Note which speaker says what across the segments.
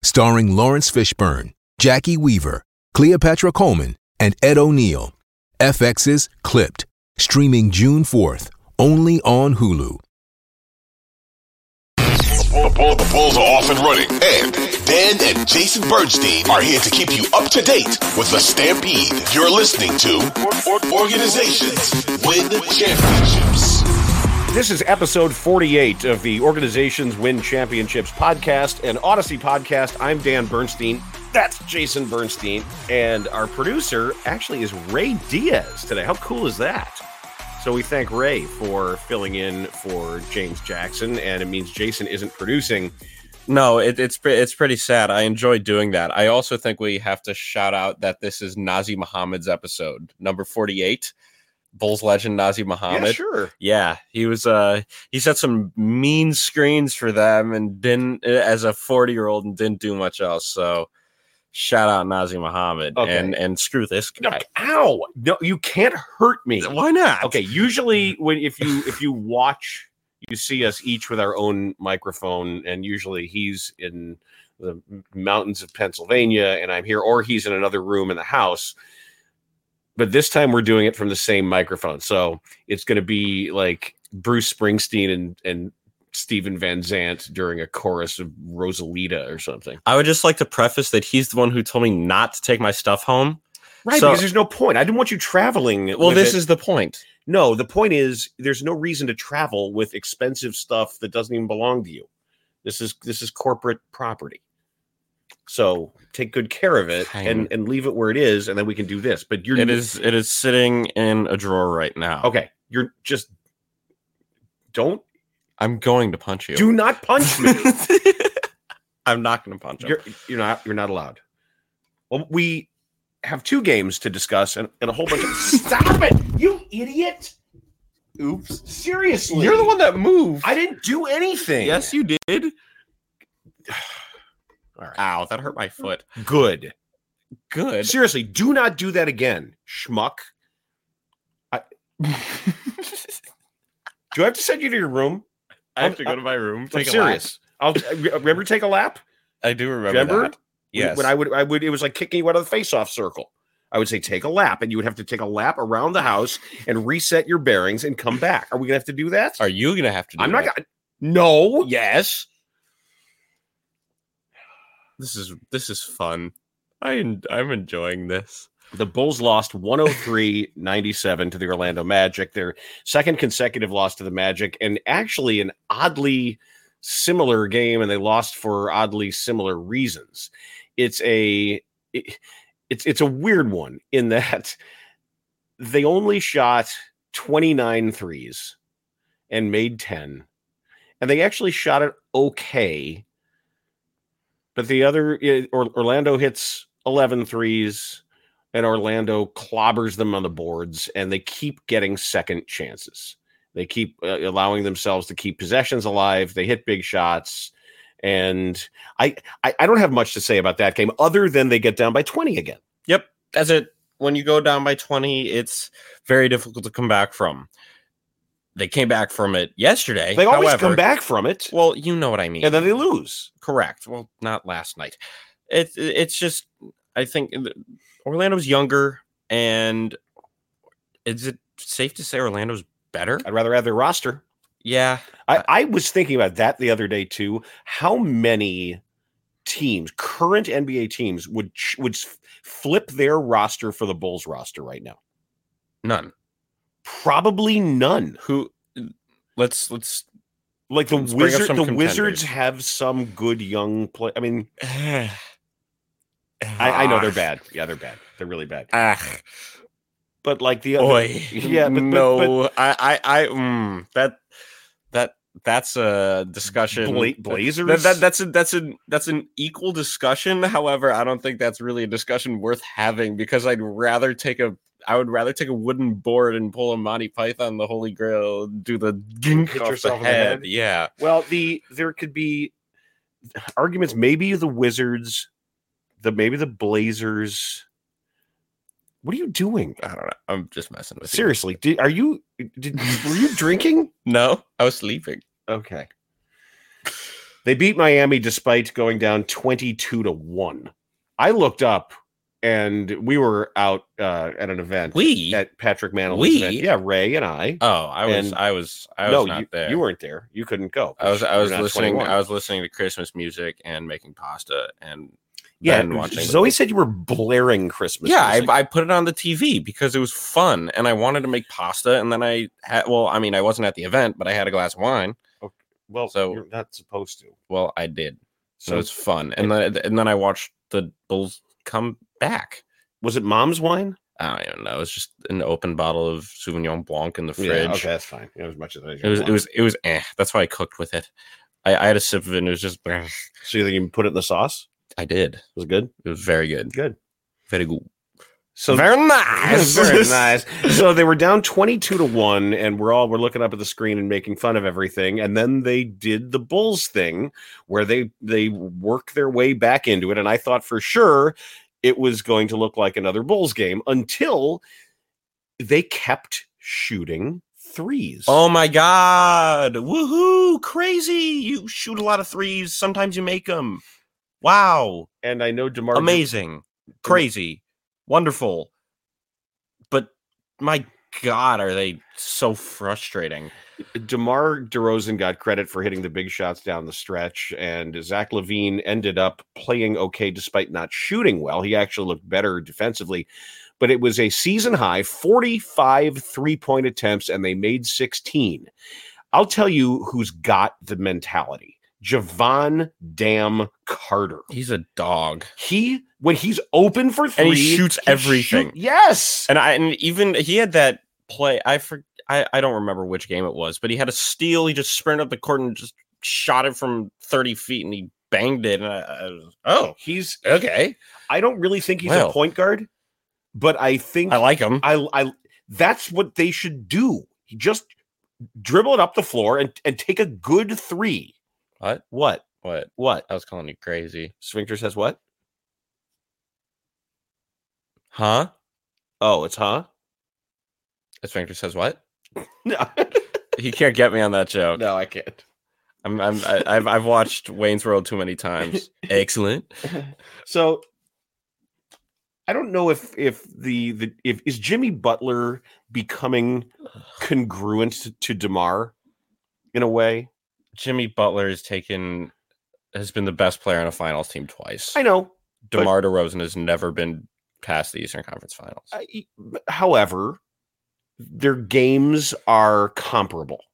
Speaker 1: Starring Lawrence Fishburne, Jackie Weaver, Cleopatra Coleman, and Ed O'Neill. FX's Clipped, streaming June 4th, only on Hulu.
Speaker 2: The, bull, the Bulls are off and running. And Dan and Jason Bernstein are here to keep you up to date with the Stampede. You're listening to or- or- Organizations Win Championships.
Speaker 3: This is episode 48 of the Organizations Win Championships podcast and Odyssey podcast. I'm Dan Bernstein. That's Jason Bernstein. And our producer actually is Ray Diaz today. How cool is that? So we thank Ray for filling in for James Jackson, and it means Jason isn't producing.
Speaker 4: No, it, it's pre- it's pretty sad. I enjoy doing that. I also think we have to shout out that this is Nazi Muhammad's episode, number forty-eight. Bulls legend Nazi Muhammad.
Speaker 3: Yeah, sure.
Speaker 4: Yeah, he was. Uh, he set some mean screens for them, and didn't as a forty-year-old, and didn't do much else. So, shout out Nazi Muhammad,
Speaker 3: Okay.
Speaker 4: and and screw this
Speaker 3: No,
Speaker 4: guy.
Speaker 3: ow! No, you can't hurt me.
Speaker 4: Why not?
Speaker 3: okay usually when if you if you watch you see us each with our own microphone and usually he's in the mountains of pennsylvania and i'm here or he's in another room in the house but this time we're doing it from the same microphone so it's going to be like bruce springsteen and and Stephen Van Zant during a chorus of Rosalita or something.
Speaker 4: I would just like to preface that he's the one who told me not to take my stuff home.
Speaker 3: Right,
Speaker 4: So-
Speaker 3: because there's no point. I didn't want you traveling.
Speaker 4: Well,
Speaker 3: with
Speaker 4: this
Speaker 3: it.
Speaker 4: is the point.
Speaker 3: No, the point is there's no reason to travel with expensive stuff that doesn't even belong to you. This is this is corporate property. So take good care of it
Speaker 4: Fine.
Speaker 3: and and leave it where it is, and then we can do this. But you're
Speaker 4: It is it is sitting in a drawer right now.
Speaker 3: okay. You're just don't
Speaker 4: I'm going to punch you.
Speaker 3: do not punch me.
Speaker 4: I'm not going to punch him.
Speaker 3: you're you're not you're not allowed. Well, we have two games to discuss and, and a whole bunch of stop it, you idiot. Oops. Seriously.
Speaker 4: You're the one that moved.
Speaker 3: I didn't do anything.
Speaker 4: yes, you did.
Speaker 3: All right.
Speaker 4: Ow, that hurt my foot.
Speaker 3: Good.
Speaker 4: Good.
Speaker 3: Seriously, do not do that again, schmuck. Do I have to send you to your room?
Speaker 4: I have to go to my room. Take
Speaker 3: I'm
Speaker 4: a lap.
Speaker 3: serious. I'll uh, remember take a lap.
Speaker 4: I do remember.
Speaker 3: Remember?
Speaker 4: That. Yes.
Speaker 3: When I would, I would. It was like kicking you out of the face-off circle. I would say take a lap, and you would have to take a lap around the house and reset your bearings and come back. Are we gonna have to do that?
Speaker 4: Are you going to have to? Do
Speaker 3: I'm not
Speaker 4: that?
Speaker 3: gonna. No.
Speaker 4: Yes. This is this is fun. I en- I'm enjoying this.
Speaker 3: The Bulls lost 103 97 to the Orlando Magic, their second consecutive loss to the Magic, and actually an oddly similar game, and they lost for oddly similar reasons. It's a it- it's it's a weird one in that they only shot 29 threes and made 10. And they actually shot it okay. But the other or, Orlando hits 11 threes and Orlando clobbers them on the boards, and they keep getting second chances. They keep uh, allowing themselves to keep possessions alive. They hit big shots, and I, I I don't have much to say about that game other than they get down by twenty again.
Speaker 4: Yep, that's it. When you go down by 20, it's very difficult to come back from. They came back from it yesterday.
Speaker 3: They always
Speaker 4: Eh, however-
Speaker 3: come back from it,
Speaker 4: Well, you know what I mean.
Speaker 3: and then they lose.
Speaker 4: correct. Well, not last night. It, it's just I think th- Orlando's younger, and is it safe to say Orlando's better?
Speaker 3: I'd rather have their roster.
Speaker 4: Yeah,
Speaker 3: I, I was thinking about that the other day too. How many teams, current NBA teams, would ch- would f- flip their roster for the Bulls roster right now?
Speaker 4: none.
Speaker 3: Probably none.
Speaker 4: Who? Let's let's.
Speaker 3: Like the
Speaker 4: Let's bring up
Speaker 3: wizard, the
Speaker 4: some
Speaker 3: Wizards
Speaker 4: contenders.
Speaker 3: have some good young play. I mean,
Speaker 4: I,
Speaker 3: I, I know they're bad. Yeah, they're bad. They're really bad.
Speaker 4: Ah,
Speaker 3: But like the other,
Speaker 4: boy.
Speaker 3: Yeah, but- but-
Speaker 4: no, I, I, I. Mm, that, that, that's a discussion.
Speaker 3: Bla-
Speaker 4: that-
Speaker 3: Blazers.
Speaker 4: That, that, that's a that's an that's an equal discussion. However, I don't think that's really a discussion worth having because I'd rather take a I would rather take a wooden board and pull a Monty Python the Holy Grail, do the gink
Speaker 3: Hit
Speaker 4: off the
Speaker 3: yourself in the
Speaker 4: head.
Speaker 3: head.
Speaker 4: Yeah,
Speaker 3: Well, the there could be arguments. Maybe the Wizards, the maybe the Blazers. What are you doing?
Speaker 4: I don't know. I'm just messing with
Speaker 3: Seriously, did, are you? Did, were you drinking?
Speaker 4: you. No, I was sleeping.
Speaker 3: Okay. They beat Miami despite going down twenty-two to one. I looked up, and we were out uh, at an event
Speaker 4: We.
Speaker 3: at Patrick Manilow's
Speaker 4: We?
Speaker 3: event. Yeah, Ray and I.
Speaker 4: Oh, I was
Speaker 3: And-
Speaker 4: I was I was
Speaker 3: no,
Speaker 4: not
Speaker 3: you,
Speaker 4: there.
Speaker 3: you weren't there. You couldn't go.
Speaker 4: I was I was
Speaker 3: You're not
Speaker 4: listening
Speaker 3: 21.
Speaker 4: I was listening to Christmas music and making pasta and
Speaker 3: yeah,
Speaker 4: then watching
Speaker 3: Zoe said you were blaring Christmas.
Speaker 4: Yeah, I,
Speaker 3: music.
Speaker 4: I put it on the TV because it was fun and I wanted to make pasta. And then I had, well, I mean, I wasn't at the event, but I had a glass of wine.
Speaker 3: Well,
Speaker 4: So-
Speaker 3: you're not supposed to.
Speaker 4: Well, I did. So
Speaker 3: So
Speaker 4: it's fun. And then, and then I watched the Bulls come back.
Speaker 3: was it mom's wine?
Speaker 4: I don't even know. It's just an open bottle of Sauvignon Blanc in the fridge.
Speaker 3: okay, that's fine. It was much as I
Speaker 4: It was, it was, it was, eh. That's why I cooked with it. I, I had a sip of it and it was just, eh.
Speaker 3: So you think you can put it in the sauce?
Speaker 4: I did.
Speaker 3: Was it good?
Speaker 4: It was very good.
Speaker 3: Good.
Speaker 4: Very good.
Speaker 3: So
Speaker 4: very
Speaker 3: Yes,
Speaker 4: nice.
Speaker 3: very nice. So they were down twenty-two to one, and we're all we're looking up at the screen and making fun of everything. And then they did the Bulls thing, where they they work their way back into it. And I thought for sure it was going to look like another Bulls game until they kept shooting threes.
Speaker 4: Oh my god. Woohoo! Crazy. You shoot a lot of threes, sometimes you make them. Wow.
Speaker 3: and I know Demar
Speaker 4: Amazing. Crazy. Wonderful. But my god, are they so frustrating?
Speaker 3: DeMar DeRozan got credit for hitting the big shots down the stretch, and Zach Levine ended up playing okay despite not shooting well. He actually looked better defensively, but it was a season high 45 three point attempts, and they made 16. I'll tell you who's got the mentality Javon Dam Carter.
Speaker 4: He's a dog.
Speaker 3: He, when he's open for three,
Speaker 4: And he shoots
Speaker 3: shoot-
Speaker 4: everything.
Speaker 3: yes.
Speaker 4: And I and even he had that play. I for, I, I don't remember which game it was, but he had a steal. He just sprinted up the court and just shot it from 30 feet and he banged it. And I, I was, oh,
Speaker 3: He's,
Speaker 4: okay.
Speaker 3: I don't really think he's
Speaker 4: Well.
Speaker 3: a point guard, but I think
Speaker 4: I like him.
Speaker 3: I, I, that's what they should do. Just dribble it up the floor and, and take a good three.
Speaker 4: What?
Speaker 3: What?
Speaker 4: What?
Speaker 3: What?
Speaker 4: I was calling you crazy.
Speaker 3: Sphincter says what?
Speaker 4: Huh?
Speaker 3: Oh, it's huh?
Speaker 4: As Sphincter says what?
Speaker 3: No,
Speaker 4: He can't get me on that joke.
Speaker 3: no, I can't.
Speaker 4: I'm, I'm I, I've I've watched Wayne's World too many times. Excellent.
Speaker 3: So I don't know if if the the if is Jimmy Butler becoming congruent to, to Demar in a way.
Speaker 4: Jimmy Butler has taken has been the best player on a finals team twice.
Speaker 3: I know. but-
Speaker 4: DeMar DeRozan has never been past the Eastern Conference Finals.
Speaker 3: I- however, their games are comparable.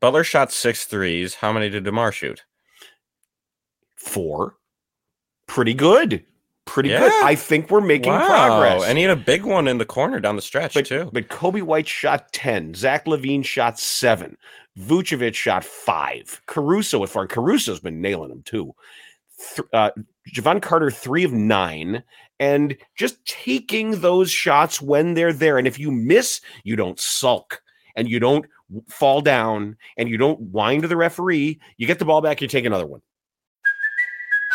Speaker 4: Butler shot six threes. How many did DeMar shoot?
Speaker 3: four. Pretty good. Pretty good.
Speaker 4: Yeah.
Speaker 3: I think we're making progress.
Speaker 4: And he had a big one in the corner down the stretch
Speaker 3: but,
Speaker 4: too.
Speaker 3: but Kobe White shot 10. Zach Levine shot seven. Vucevic shot five. Caruso with far. Caruso's been nailing him too. Th- uh, Javon Carter, three of nine. And just taking those shots when they're there. And if you miss, you don't sulk and you don't w- fall down and you don't whine to the referee. You get the ball back, you take another one.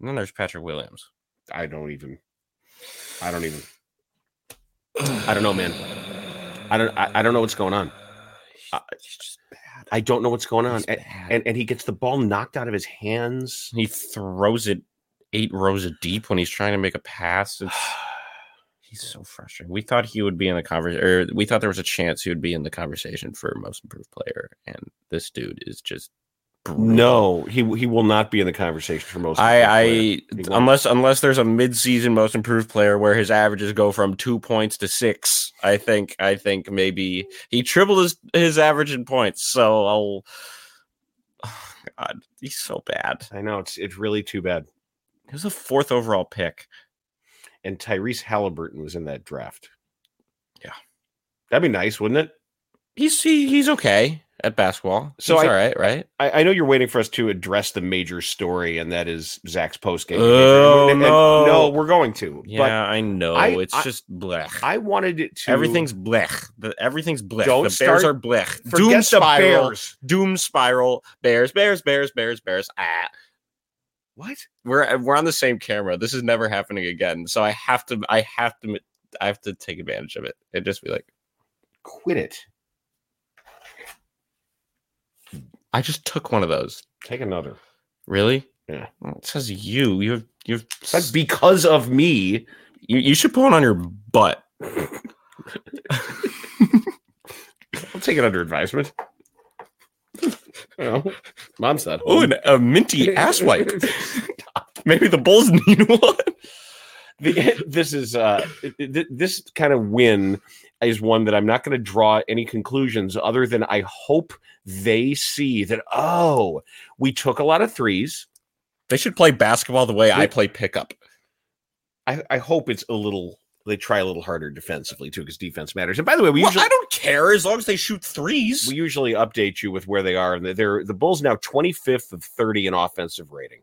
Speaker 4: And then there's Patrick Williams.
Speaker 3: I don't even. I don't even. I don't know, man. I don't. I, I don't know what's going on. I,
Speaker 4: Uh,
Speaker 3: I don't know what's going on. And, and and he gets the ball knocked out of his hands.
Speaker 4: He throws it eight rows deep when he's trying to make a pass. It's he's so frustrating. We thought he would be in the conversation, or we thought there was a chance he would be in the conversation for most improved player, and this dude is just
Speaker 3: Oh No, he he will not be in the conversation for most. of the
Speaker 4: I,
Speaker 3: player.
Speaker 4: I
Speaker 3: won't.
Speaker 4: unless unless there's a midseason most improved player where his averages go from two points to six, I think I think maybe he tripled his his average in points. So I'll oh, God, he's so bad.
Speaker 3: I know it's it's really too bad.
Speaker 4: He was a fourth overall pick.
Speaker 3: And Tyrese Halliburton was in that draft.
Speaker 4: Yeah.
Speaker 3: that'd be nice, wouldn't it?
Speaker 4: He's he, he's okay at basketball.
Speaker 3: So
Speaker 4: So
Speaker 3: I-
Speaker 4: he's all right, right?
Speaker 3: I, I know you're waiting for us to address the major story, and that is Zach's post game.
Speaker 4: Oh, no.
Speaker 3: no, we're going to.
Speaker 4: Yeah, I know.
Speaker 3: I-
Speaker 4: it's
Speaker 3: I-
Speaker 4: just blech.
Speaker 3: But I wanted it to
Speaker 4: Everything's blech. The, everything's blech.
Speaker 3: Don't
Speaker 4: the
Speaker 3: start-
Speaker 4: Bears are blech.
Speaker 3: Forget
Speaker 4: Doom
Speaker 3: the
Speaker 4: spiral.
Speaker 3: Bears.
Speaker 4: Doom spiral. Bears. Bears. Bears. Bears. Bears. Ah.
Speaker 3: What?
Speaker 4: we're uh, we're on the same camera. This is never happening again. So I have to I have to I have to take advantage of it and just be like,
Speaker 3: Quit it.
Speaker 4: I just took one of those.
Speaker 3: Take another.
Speaker 4: Really?
Speaker 3: Yeah.
Speaker 4: Well, It says you. You've you've
Speaker 3: That's because of me.
Speaker 4: you, you should put one on your butt.
Speaker 3: I'll take it under advisement. Well, mom's not
Speaker 4: Oh,
Speaker 3: home.
Speaker 4: and a minty ass wipe. Maybe the Bulls need one.
Speaker 3: The- this is uh, th- th- this kind of win is one that I'm not going to draw any conclusions other than I hope they see that oh we took a lot of threes.
Speaker 4: They should play basketball the way I play pickup.
Speaker 3: I, I hope it's a little they try a little harder defensively too because defense matters. And by the way, we
Speaker 4: Well,
Speaker 3: usually
Speaker 4: I don't care as long as they shoot threes.
Speaker 3: we usually update you with where they are, and they're the Bulls now 25th of 30 in offensive rating.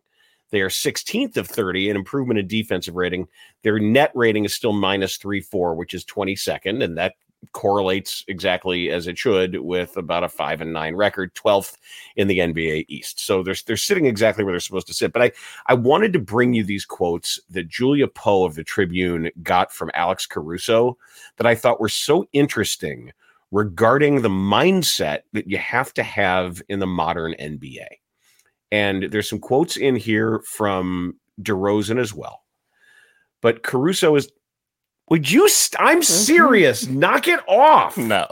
Speaker 3: They are 16th of 30 in improvement in defensive rating. Their net rating is still minus three four, which is 22nd, and that correlates exactly as it should with about a five and nine record, 12th in the NBA East. So they're they're sitting exactly where they're supposed to sit. But I I wanted to bring you these quotes that Julia Poe of the Tribune got from Alex Caruso that I thought were so interesting regarding the mindset that you have to have in the modern NBA. And there's some quotes in here from DeRozan as well. But Caruso is, would you, st- I'm serious, knock it off.
Speaker 4: no.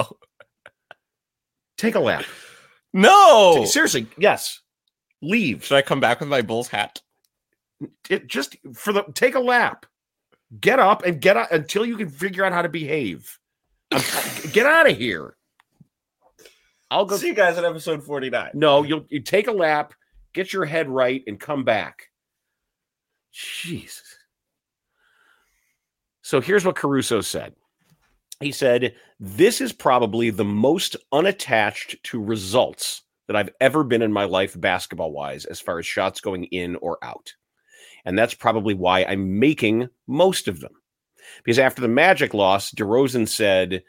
Speaker 3: Take a lap.
Speaker 4: No.
Speaker 3: Seriously, yes. Leave.
Speaker 4: Should I come back with my Bulls hat?
Speaker 3: It just for the take a lap. Get up and get out until you can figure out how to behave. I'm- get out of here. I'll go
Speaker 4: you guys in episode 49.
Speaker 3: No, you'll you take a lap, get your head right, and come back. Jesus. So here's what Caruso said. He said, This is probably the most unattached to results that I've ever been in my life, basketball wise, as far as shots going in or out. And that's probably why I'm making most of them. Because after the Magic loss, DeRozan said,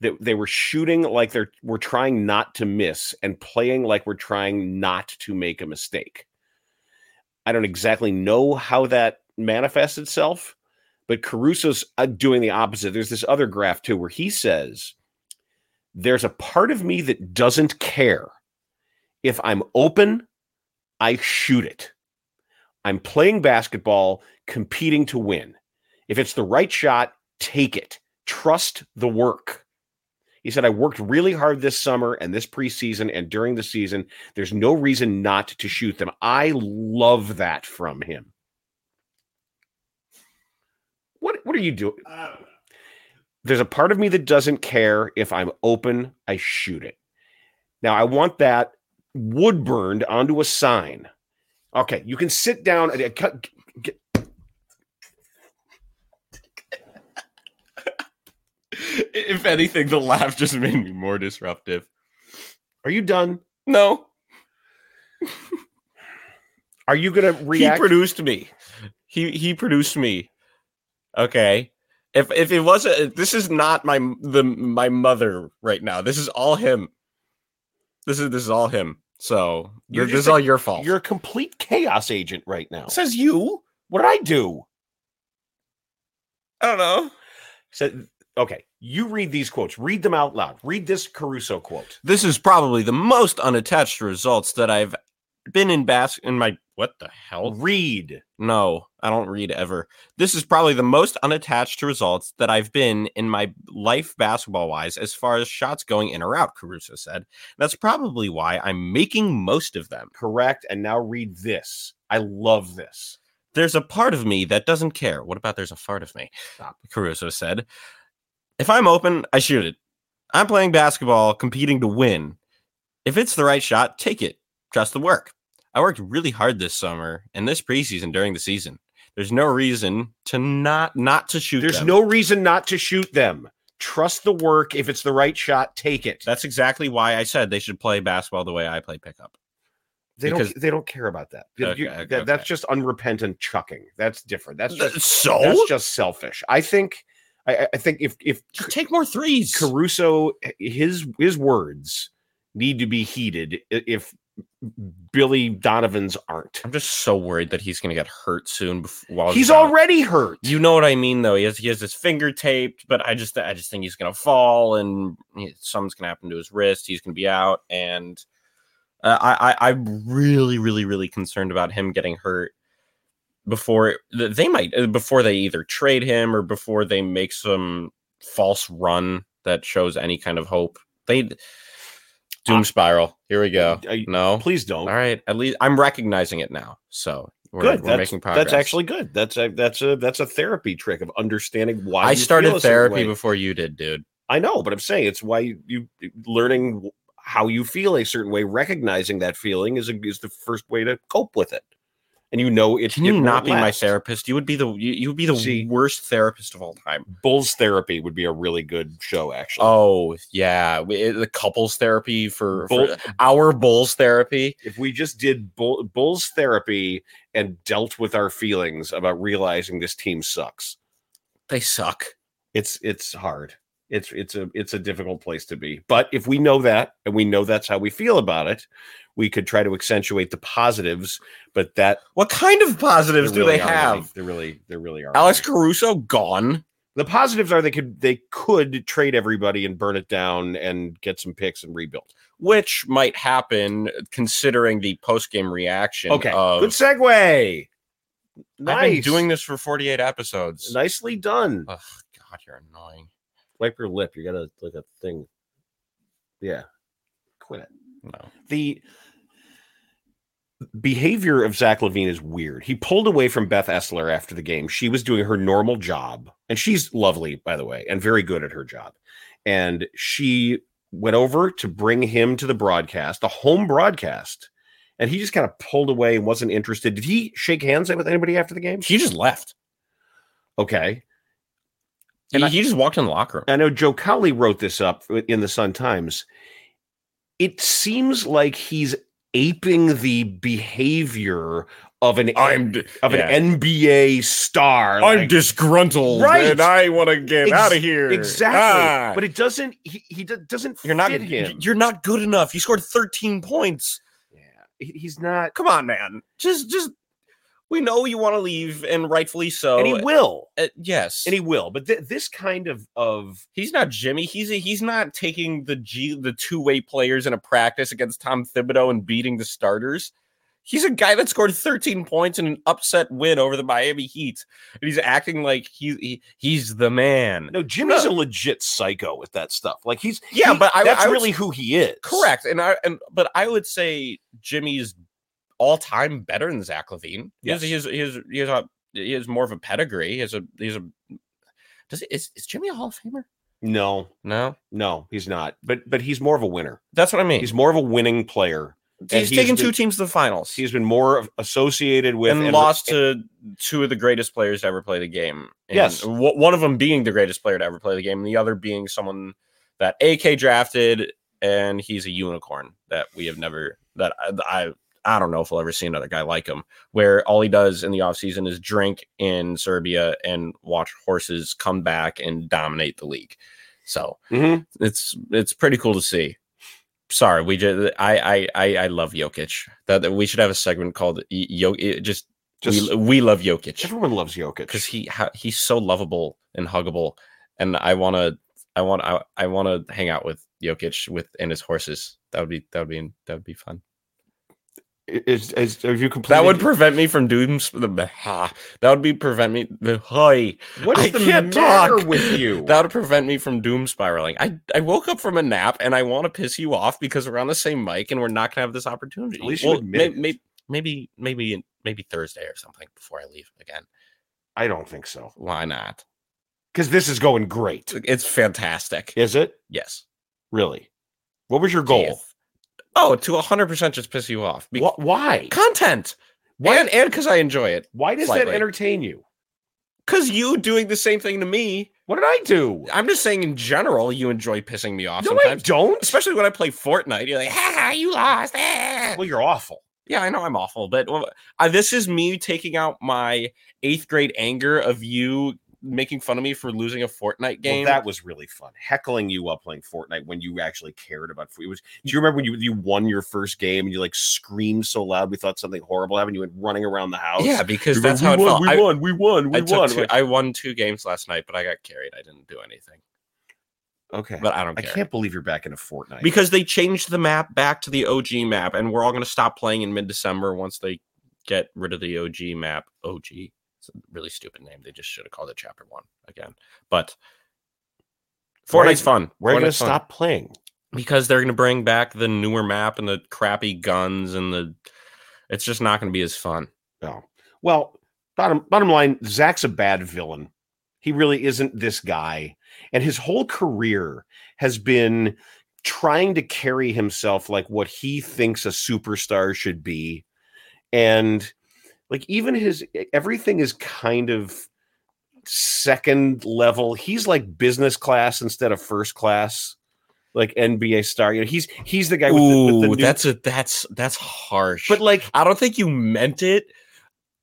Speaker 3: that they were shooting like they're we're trying not to miss and playing like we're trying not to make a mistake. I don't exactly know how that manifests itself, but Caruso's uh, doing the opposite. There's this other graph too where he says there's a part of me that doesn't care. If I'm open, I shoot it. I'm playing basketball, competing to win. If it's the right shot, take it. Trust the work. He said, I worked really hard this summer and this preseason and during the season. There's no reason not to shoot them. I love that from him. What what are you doing? There's a part of me that doesn't care if I'm open, I shoot it. Now I want that wood burned onto a sign. Okay, you can sit down and and cut- get-
Speaker 4: If anything, the laugh just made me more disruptive.
Speaker 3: Are you done?
Speaker 4: No,
Speaker 3: Are you going to react?
Speaker 4: he produced me. He he produced me. Okay. If if it wasn't, uh, this is not my m- the my mother right now. This is all him. This is this is all him. So
Speaker 3: You're
Speaker 4: th-
Speaker 3: just
Speaker 4: this is all your fault.
Speaker 3: You're a complete chaos agent right now.
Speaker 4: says you.
Speaker 3: What did I do?
Speaker 4: I don't know.
Speaker 3: So okay, You read these quotes. Read them out loud. Read this Caruso quote.
Speaker 4: This is probably the most unattached results that I've been in bas in my what the hell?
Speaker 3: Read.
Speaker 4: No, I don't read ever. This is probably the most unattached to results that I've been in my life basketball wise as far as shots going in or out, Caruso said. That's probably why I'm making most of them.
Speaker 3: Correct. And now read this. I love this.
Speaker 4: There's a part of me that doesn't care. What about there's a part of me?
Speaker 3: Stop.
Speaker 4: Caruso said. If I'm open, I shoot it. I'm playing basketball, competing to win. If it's the right shot, take it. Trust the work. I worked really hard this summer and this preseason during the season. There's no reason to not not to shoot.
Speaker 3: There's
Speaker 4: them.
Speaker 3: no reason not to shoot them. Trust the work. If it's the right shot, take it.
Speaker 4: That's exactly why I said they should play basketball the way I play pickup.
Speaker 3: They
Speaker 4: because-
Speaker 3: don't. They don't care about that. You- you-
Speaker 4: Okay,
Speaker 3: that- That's
Speaker 4: okay.
Speaker 3: just unrepentant chucking. That's different. That's just
Speaker 4: so
Speaker 3: that's
Speaker 4: just,
Speaker 3: just selfish. I think. I, I- I think if if
Speaker 4: take more threes.
Speaker 3: Caruso, his his words need to be heeded. i- If Billy Donovan's aren't,
Speaker 4: I'm just so worried that he's going to get hurt soon. Before, while
Speaker 3: he's
Speaker 4: down.
Speaker 3: already hurt.
Speaker 4: You know what I mean, though. He has he has his finger taped, but I just I just think he's gonna fall, and he- something's gonna happen to his wrist. He's gonna be out, and uh, I, I I'm really really really concerned about him getting hurt before th- they might uh, before they either trade him or before they make some false run that shows any kind of hope. They doom spiral. Here we go.
Speaker 3: I-
Speaker 4: No,
Speaker 3: Ah. Uh, Please don't.
Speaker 4: Mm-hmm. all right. At least I'm recognizing it now. So. We're,
Speaker 3: good.
Speaker 4: we're
Speaker 3: that's,
Speaker 4: making progress.
Speaker 3: that's actually good. That's a that's a that's a therapy trick of understanding why
Speaker 4: I
Speaker 3: you feel a
Speaker 4: started
Speaker 3: certain
Speaker 4: therapy
Speaker 3: way.
Speaker 4: before you did, dude.
Speaker 3: I know, but I'm saying it's why you, you learning how you feel a certain way, recognizing that feeling is a, is the first way to cope with it. And you know it.
Speaker 4: Can
Speaker 3: it
Speaker 4: you
Speaker 3: won't
Speaker 4: not be my
Speaker 3: last.
Speaker 4: therapist? You would be the you, you would be the
Speaker 3: See-
Speaker 4: worst therapist of all time.
Speaker 3: Bulls therapy would be a really good show, actually.
Speaker 4: Oh yeah, we- it- the couples therapy for, for-
Speaker 3: Bull-
Speaker 4: our bulls therapy.
Speaker 3: if we just did bull, Bulls therapy and dealt with our feelings about realizing this team sucks,
Speaker 4: They suck.
Speaker 3: it's it's hard. It's it's a it's a difficult place to be. But if we know that and we know that's how we feel about it, we could try to accentuate the positives. But that
Speaker 4: What kind of positives
Speaker 3: there
Speaker 4: do they
Speaker 3: really are many.
Speaker 4: have?
Speaker 3: There really there really are.
Speaker 4: Alex
Speaker 3: many.
Speaker 4: Caruso gone.
Speaker 3: the positives are they could they could trade everybody and burn it down and get some picks and rebuild.
Speaker 4: Which might happen considering the post game reaction.
Speaker 3: Okay,
Speaker 4: of,
Speaker 3: uh, good segue. Nice,
Speaker 4: I've been doing this for 48 episodes.
Speaker 3: nicely done.
Speaker 4: Ugh, God, you're annoying.
Speaker 3: Wipe your lip. You gotta like a thing. Yeah, quit it.
Speaker 4: No.
Speaker 3: The behavior of Zach Levine is weird. He pulled away from Beth Essler after the game. She was doing her normal job, and she's lovely, by the way, and very good at her job. And she went over to bring him to the broadcast, the home broadcast, and he just kind of pulled away and wasn't interested. Did he shake hands with anybody after the game?
Speaker 4: He just left.
Speaker 3: Okay.
Speaker 4: And
Speaker 3: And
Speaker 4: he,
Speaker 3: I-
Speaker 4: he just walked in the locker room.
Speaker 3: I know Joe Cowley wrote this up in the Sun Times. It seems like he's aping the behavior of an of
Speaker 4: yeah.
Speaker 3: an NBA star. like-
Speaker 4: disgruntled
Speaker 3: Right.
Speaker 4: I want to get
Speaker 3: Ex-
Speaker 4: outta here.
Speaker 3: exactly,
Speaker 4: Ah.
Speaker 3: but it doesn't. He, he do- doesn't.
Speaker 4: you're not
Speaker 3: fit him.
Speaker 4: you're not good enough. You scored 13 points.
Speaker 3: yeah, he- he's not,
Speaker 4: Come on, man. Just just we know you want to leave and rightfully so.
Speaker 3: and he will,
Speaker 4: Uh, yes.
Speaker 3: and he will. But th- this kind of of
Speaker 4: he's not Jimmy. He's he's not taking the G the two-way players in a practice against Tom Thibodeau and beating the starters. He's a guy that scored 13 points in an upset win over the Miami Heat. And he's acting like he, he he's the man.
Speaker 3: no, Jimmy's a
Speaker 4: No.
Speaker 3: legit psycho with that stuff. Like he's
Speaker 4: Yeah,
Speaker 3: he-
Speaker 4: but I-
Speaker 3: that's
Speaker 4: I would
Speaker 3: really who he is.
Speaker 4: Correct. And I and but I would say Jimmy's all time better than Zach Levine. He has, he has he has he has a he has more of a pedigree. He has a he's a does is, is Jimmy a Hall of Famer?
Speaker 3: No,
Speaker 4: No.
Speaker 3: no, he's not. But but he's more of a winner.
Speaker 4: That's what I mean.
Speaker 3: He's
Speaker 4: He's,
Speaker 3: more of a winning player. and he's
Speaker 4: taken
Speaker 3: been-
Speaker 4: two teams to the finals.
Speaker 3: He's been more of- associated with
Speaker 4: and, lost to two of the greatest players to ever play the game. And
Speaker 3: Yes.
Speaker 4: w- one of them being the greatest player to ever play the game, and the other being someone that AK drafted, and he's a unicorn that we have never that I I, I don't know if we'll ever see another guy like him, where all he does in the offseason is drink in Serbia and watch horses come back and dominate the league. So
Speaker 3: Mhm.
Speaker 4: it's it's pretty cool to see. Sorry, we just I I I, I love Jokic. That, that we should have a segment called Y- Yo it just,
Speaker 3: Just
Speaker 4: we, we love Jokic
Speaker 3: everyone loves
Speaker 4: because
Speaker 3: Jokic.
Speaker 4: he ha- he's so lovable and huggable, and I want to I want I, I want to hang out with Jokic with and his horses. That would be that would be that would be fun.
Speaker 3: Is, is have you completed?
Speaker 4: That would prevent me from doom. The ha. That would be prevent me. The hi.
Speaker 3: What is
Speaker 4: I
Speaker 3: the
Speaker 4: can't
Speaker 3: matter
Speaker 4: talk.
Speaker 3: with you?
Speaker 4: That would prevent me from doom spiraling. I I woke up from a nap and I want to piss you off because we're on the same mic and we're not gonna have this opportunity.
Speaker 3: At least you admit it.
Speaker 4: maybe maybe maybe maybe Thursday or something before I leave again.
Speaker 3: I don't think so
Speaker 4: Why not?
Speaker 3: because this is going great.
Speaker 4: It's fantastic.
Speaker 3: Is it
Speaker 4: Yes.
Speaker 3: really? What was your goal?
Speaker 4: Teeth. Oh, to 100% just piss you off. Be-
Speaker 3: Wh- why?
Speaker 4: Content.
Speaker 3: Why-
Speaker 4: And and because I enjoy it.
Speaker 3: Why does
Speaker 4: Slightly.
Speaker 3: that entertain you?
Speaker 4: Because you doing the same thing to me.
Speaker 3: What did I do?
Speaker 4: I'm just saying in general, you enjoy pissing me off
Speaker 3: No, I
Speaker 4: sometimes.
Speaker 3: don't.
Speaker 4: Especially when I play Fortnite. You're like, ha, ha you lost. eh."
Speaker 3: Well, you're awful.
Speaker 4: Yeah, I know I'm awful, but well, uh, this is me taking out my eighth grade anger of you making fun of me for losing a Fortnite game.
Speaker 3: Well, that was really fun. Heckling you while playing Fortnite when you actually cared about it was. Do
Speaker 4: Mm.
Speaker 3: you remember when you, you won your first game and you like screamed so loud we thought something horrible happened? You went running around the house.
Speaker 4: yeah,
Speaker 3: You
Speaker 4: because
Speaker 3: were,
Speaker 4: that's
Speaker 3: "We
Speaker 4: how it
Speaker 3: won,
Speaker 4: felt.
Speaker 3: We
Speaker 4: I-
Speaker 3: won. We won. We
Speaker 4: I,
Speaker 3: won.
Speaker 4: took two, I won two games last night, but I got carried. I didn't do anything.
Speaker 3: okay,
Speaker 4: But I don't
Speaker 3: I
Speaker 4: care.
Speaker 3: can't believe you're back into Fortnite.
Speaker 4: because they changed the map back to the OG map, and we're all going to stop playing in mid-December once they get rid of the OG map. OG, it's a really stupid name. They just should have called it Chapter One again. But
Speaker 3: Why-
Speaker 4: Fortnite's fun.
Speaker 3: we're going to
Speaker 4: Fortnite's fun.
Speaker 3: stop playing.
Speaker 4: because they're going to bring back the newer map and the crappy guns and the. It's just not going to be as fun.
Speaker 3: No. Oh, Well, bottom bottom line, Zach's a bad villain. He really isn't this guy, and his whole career has been trying to carry himself like what he thinks a superstar should be, and like even his e, everything is kind of second level. He's like business class instead of first class, like NBA star. You know, he's he's the guy. With the, with the new-
Speaker 4: that's a that's that's harsh.
Speaker 3: but like
Speaker 4: I don't think you meant it.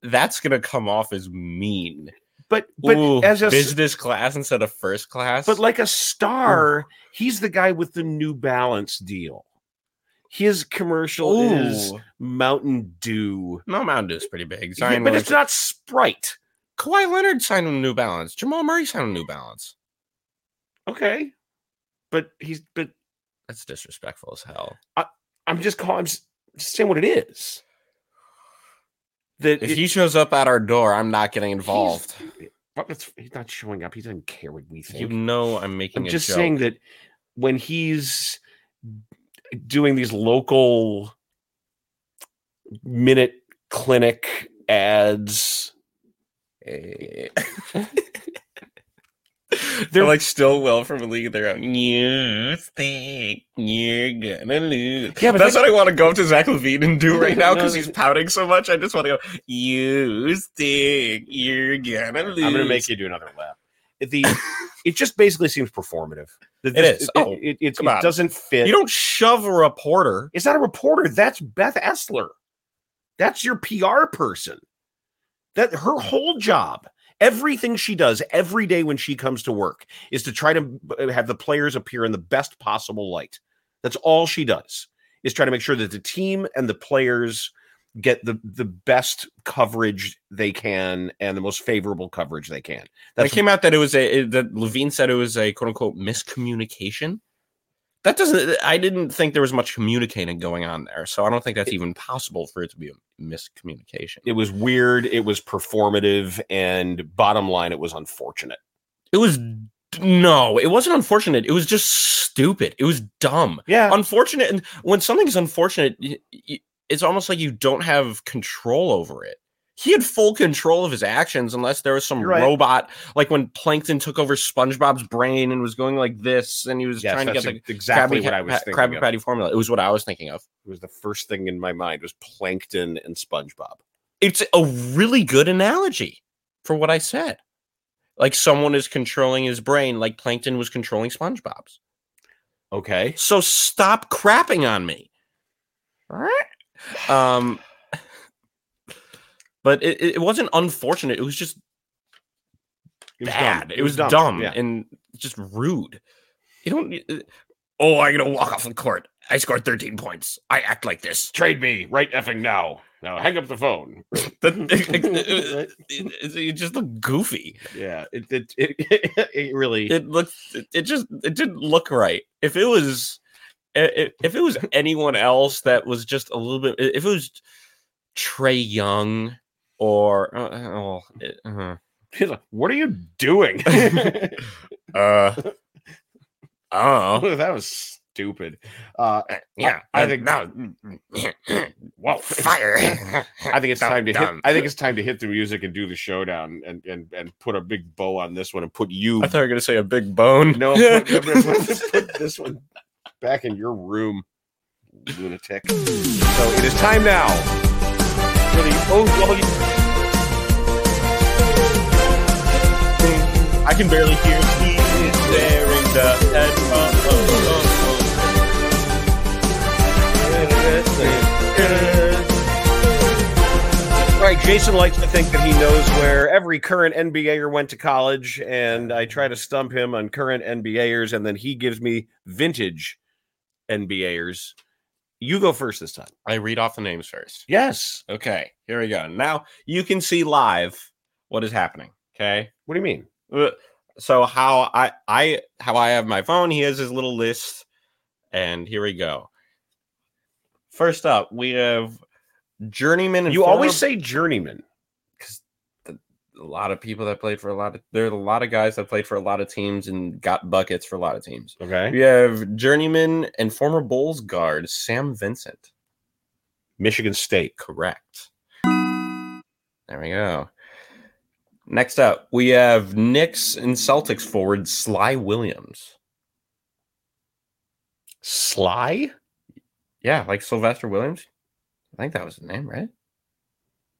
Speaker 4: That's gonna come off as mean.
Speaker 3: but but
Speaker 4: Ooh,
Speaker 3: as a s-
Speaker 4: business class instead of first class.
Speaker 3: But like a star, he's the guy with the New Balance deal. His commercial is
Speaker 4: Ooh.
Speaker 3: Mountain Dew,
Speaker 4: no, Mountain Dew's pretty big.
Speaker 3: Yeah,
Speaker 4: Zion
Speaker 3: but it's
Speaker 4: Williamson-
Speaker 3: not Sprite.
Speaker 4: Kawhi Leonard signed with New Balance. Jamal Murray signed with New Balance.
Speaker 3: Okay, but he's but
Speaker 4: That's disrespectful as hell.
Speaker 3: I'm just calling. I'm s- saying what it is. That
Speaker 4: If
Speaker 3: it-
Speaker 4: he shows up at our door, I'm not getting
Speaker 3: he's-
Speaker 4: involved.
Speaker 3: but it's- he's not showing up. He doesn't care what we
Speaker 4: You
Speaker 3: think.
Speaker 4: know I'm making.
Speaker 3: I'm
Speaker 4: a
Speaker 3: just
Speaker 4: joke.
Speaker 3: saying that when he's doing these local minute clinic ads,
Speaker 4: Eh.
Speaker 3: They're-
Speaker 4: They're like still well from a league of their own. You think you're gonna lose?
Speaker 3: Yeah, but
Speaker 4: that's
Speaker 3: that-
Speaker 4: what I want to go up to Zach Levine and do right now because
Speaker 3: No,
Speaker 4: he's pouting so much. I just want to go. You think you're gonna lose?
Speaker 3: I'm going to make you do another lap. It- The it just basically seems performative. That
Speaker 4: It
Speaker 3: this-
Speaker 4: is.
Speaker 3: It,
Speaker 4: Oh,
Speaker 3: it, it-
Speaker 4: come
Speaker 3: it
Speaker 4: on.
Speaker 3: doesn't fit.
Speaker 4: You don't shove a reporter.
Speaker 3: It's not a reporter. That's Beth Essler. That's your PR person. That her whole job, everything she does every day when she comes to work, is to try to b- have the players appear in the best possible light. That's all she does is try to make sure that the team and the players get the the best coverage they can and the most favorable coverage they can.
Speaker 4: it came out that it was a it- that Levine said it was a quote unquote miscommunication. That doesn't. I didn't think there was much communicating going on there, so I don't think that's even possible for it to be a miscommunication.
Speaker 3: it was weird it was performative and bottom line it was unfortunate
Speaker 4: It was no, it wasn't unfortunate. It was just stupid. It was dumb.
Speaker 3: yeah
Speaker 4: Unfortunate, and when something's unfortunate, y- y- it's almost like you don't have control over it. He had full control of his actions, unless there was some
Speaker 3: You're right.
Speaker 4: robot, like when Plankton took over SpongeBob's brain and was going like this, and he was
Speaker 3: yes,
Speaker 4: trying to
Speaker 3: that's
Speaker 4: get the
Speaker 3: exactly what
Speaker 4: Krabby, Pat-
Speaker 3: i was
Speaker 4: Pat-
Speaker 3: thinking
Speaker 4: Krabby
Speaker 3: of.
Speaker 4: Patty formula. It was what I was thinking of.
Speaker 3: it was the first thing in my mind was plankton and spongebob
Speaker 4: it's a really good analogy for what I said. Like someone is controlling his brain, like Plankton was controlling SpongeBob's.
Speaker 3: okay
Speaker 4: So stop crapping on me. Um, but it, it it wasn't unfortunate. It was just
Speaker 3: it was
Speaker 4: bad.
Speaker 3: dumb.
Speaker 4: It was dumb,
Speaker 3: Yeah.
Speaker 4: and just rude. You don't. uh, Oh, I'm gonna walk off the court. I scored 13 points. I act like this.
Speaker 3: trade me right effing now Now hang up the phone.
Speaker 4: it just looked goofy.
Speaker 3: Yeah, it it it, it, really
Speaker 4: It looked. It, it just. It didn't look right. If it was, i- i- if it was anyone else that was just a little bit, if it was Trey Young or uh, oh, it- uh,
Speaker 3: He's like, what are you doing?
Speaker 4: uh, oh
Speaker 3: that was stupid. Uh,
Speaker 4: yeah,
Speaker 3: I think-
Speaker 4: no,
Speaker 3: wow,
Speaker 4: fire.
Speaker 3: I think it's
Speaker 4: Dum,
Speaker 3: time to hit,
Speaker 4: dum.
Speaker 3: I think it's time to hit the music and do the showdown and and and put a big bow on this one and put you
Speaker 4: I thought you were gonna say a big bone.
Speaker 3: no put, put- put- put this one back in your room, lunatic. So it is time now for the oh
Speaker 4: I can barely hear. He is staring the head. Oh,
Speaker 3: Right, Jason likes to think that he knows where every current NBAer went to college, and I try to stump him on current NBAers, and then he gives me vintage NBAers. You go first this time.
Speaker 4: I read off the names first.
Speaker 3: Yes.
Speaker 4: Okay, here we go. Now you can see live what is happening. Okay.
Speaker 3: What do you mean?
Speaker 4: Uh, So how I I how I have my phone, he has his little list, and here we go. First up, we have journeyman. and
Speaker 3: You always
Speaker 4: former-
Speaker 3: say journeyman.
Speaker 4: a lot of people that played for a lot of there are a lot of guys that played for a lot of teams and got buckets for a lot of teams.
Speaker 3: Okay.
Speaker 4: We have journeyman and former Bulls guard Sam Vincent.
Speaker 3: Michigan State.
Speaker 4: Correct. There we go. Next up, we have Knicks and Celtics forward Sly Williams.
Speaker 3: Sly?
Speaker 4: Yeah, like Sylvester Williams. I think that was the name, right?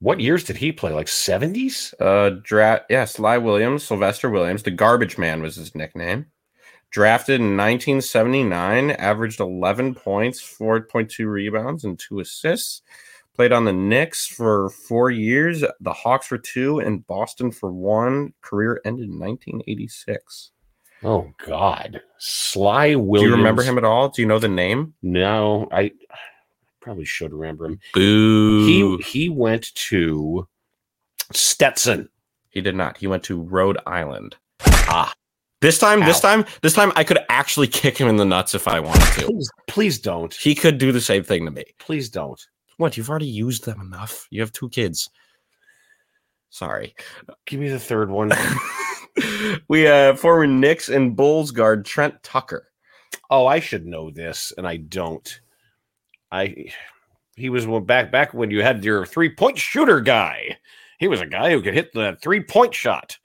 Speaker 3: What years did he play? Like 70s?
Speaker 4: Uh, draft. Yeah, Sly Williams, Sylvester Williams. The Garbage Man was his nickname. Drafted in 1979, averaged 11 points, 4.2 rebounds, and two assists. Played on the Knicks for four years, the Hawks for two, and Boston for one. Career ended in 1986.
Speaker 3: Oh God. Sly Williams.
Speaker 4: Do you remember him at all? Do you know the name?
Speaker 3: No, I I probably should remember him.
Speaker 4: Boo.
Speaker 3: He
Speaker 4: He,
Speaker 3: he went to Stetson.
Speaker 4: he did not. He went to Rhode Island. Ah. This time, this
Speaker 3: Ow.
Speaker 4: time, this time, I could actually kick him in the nuts if I wanted to.
Speaker 3: Please, please don't.
Speaker 4: He could do the same thing to me.
Speaker 3: Please don't.
Speaker 4: What? You've already used them enough. You have two kids. Sorry.
Speaker 3: Give me the third one.
Speaker 4: we have former Knicks and Bulls guard Trent Tucker.
Speaker 3: oh, I should know this, and I don't. I he was one back back when you had your three point shooter guy. He was a guy who could hit the three point shot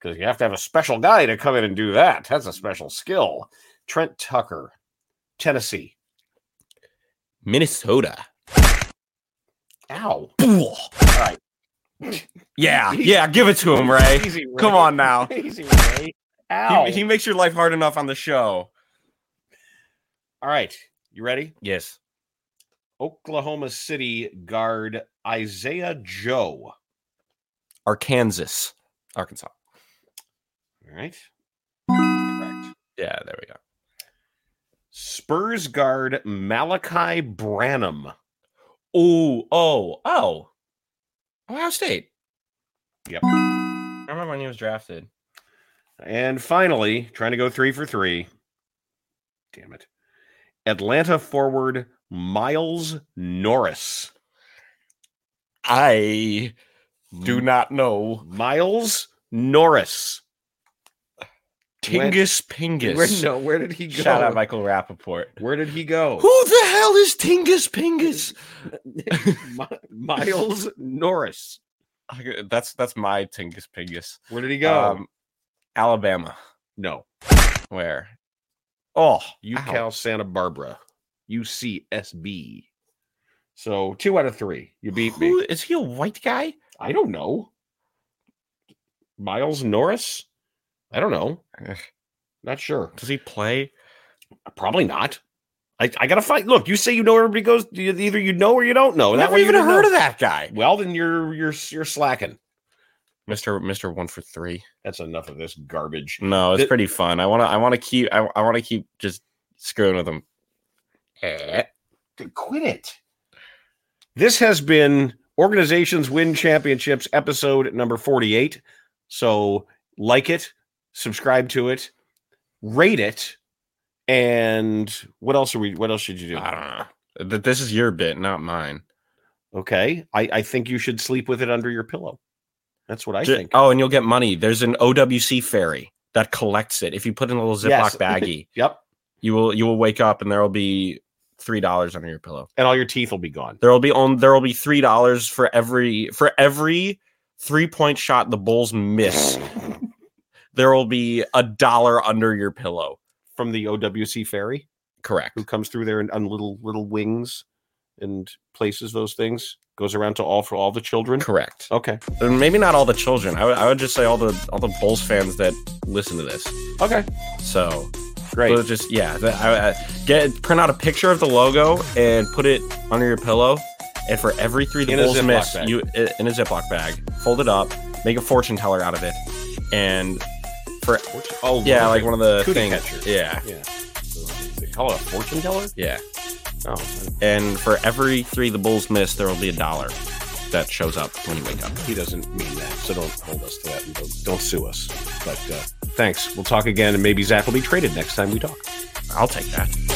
Speaker 3: because you have to have a special guy to come in and do that. That's a special skill. Trent Tucker, Tennessee.
Speaker 4: Minnesota.
Speaker 3: Ow!
Speaker 4: Yeah, yeah, give it to him, Ray.
Speaker 3: Easy, Ray.
Speaker 4: Come on now.
Speaker 3: Easy, Ray. Ow!
Speaker 4: He, he makes your life hard enough on the show.
Speaker 3: All right, you ready?
Speaker 4: Yes.
Speaker 3: Oklahoma City guard Isaiah Joe.
Speaker 4: Arkansas. Arkansas.
Speaker 3: All right. Correct.
Speaker 4: Yeah, there we go.
Speaker 3: Spurs guard Malachi Branham.
Speaker 4: Oh, oh, oh. Ohio State.
Speaker 3: Yep.
Speaker 4: I remember when he was drafted.
Speaker 3: And finally, trying to go three for three. Damn it. Atlanta forward Miles Norris.
Speaker 4: I do not know.
Speaker 3: Miles Norris.
Speaker 4: Tingus Pingus.
Speaker 3: Where, no, where did he go?
Speaker 4: Shout out Michael Rappaport.
Speaker 3: Where did he go?
Speaker 4: Who the hell is Tingus Pingus?
Speaker 3: Mi- Miles Norris.
Speaker 4: That's that's my Tingus Pingus. Um,
Speaker 3: Where did he go?
Speaker 4: Alabama.
Speaker 3: no.
Speaker 4: Where? Oh,
Speaker 3: UCal Santa Barbara. UCSB. So two out of three. You beat me.
Speaker 4: Who, is he a white guy?
Speaker 3: I don't know. Miles Norris? I don't know.
Speaker 4: Ugh.
Speaker 3: Not sure.
Speaker 4: Does he play?
Speaker 3: Probably not. I, I gotta fight. Look, you say you know where everybody goes. You- Either you know or you don't know.
Speaker 4: I've
Speaker 3: That
Speaker 4: never
Speaker 3: way you
Speaker 4: even
Speaker 3: didn't
Speaker 4: heard
Speaker 3: know.
Speaker 4: of Oh, that guy.
Speaker 3: Well, then you're you're you're slacking.
Speaker 4: Mister Mister One for Three.
Speaker 3: That's enough of this garbage.
Speaker 4: No, it's
Speaker 3: Th-
Speaker 4: pretty fun. I wanna I wanna keep I, I wanna keep Eh. just screwing with him.
Speaker 3: Quit it. This has been Organizations Win Championships episode number 48. So like it, subscribe to it, rate it, and what else are we what else should you do?
Speaker 4: I don't know. Th- This is your bit, not mine.
Speaker 3: Okay. I, I think you should sleep with it under your pillow. That's what I
Speaker 4: Ju-
Speaker 3: think.
Speaker 4: Oh, and you'll get money. There's an OWC ferry that collects it. If you put in a little Ziploc
Speaker 3: Yes.
Speaker 4: baggie,
Speaker 3: Yep.
Speaker 4: you will you will wake up and there will be three dollars under your pillow.
Speaker 3: And all your teeth will be gone.
Speaker 4: There will be on there will be three dollars for every for every three point shot the Bulls miss. there will be a dollar under your pillow.
Speaker 3: From the OWC ferry
Speaker 4: Correct.
Speaker 3: who comes through there and on little little wings and places those things, goes around to all for all the children.
Speaker 4: Correct.
Speaker 3: Okay.
Speaker 4: And maybe not all the children. I would I would just say all the all the Bulls fans that listen to this.
Speaker 3: Okay.
Speaker 4: So
Speaker 3: Great.
Speaker 4: But just yeah, that, I, I, get print out a picture of the logo and put it under your pillow. And for every three the
Speaker 3: In a
Speaker 4: Bulls
Speaker 3: Ziploc
Speaker 4: miss,
Speaker 3: bag.
Speaker 4: you i- in a Ziploc bag, fold it up, make a fortune teller out of it, and for
Speaker 3: Oh
Speaker 4: yeah, like one of the
Speaker 3: Cootie
Speaker 4: things.
Speaker 3: catcher.
Speaker 4: Yeah,
Speaker 3: Yeah. They call it a fortune teller?
Speaker 4: yeah.
Speaker 3: Oh,
Speaker 4: And for every three the Bulls miss, there will be a dollar that shows up when you wake up.
Speaker 3: he doesn't mean that. So don't hold us to that. And don't, don't sue us. But uh, thanks. We'll talk again, and maybe Zach will be traded next time we talk.
Speaker 4: I'll take that.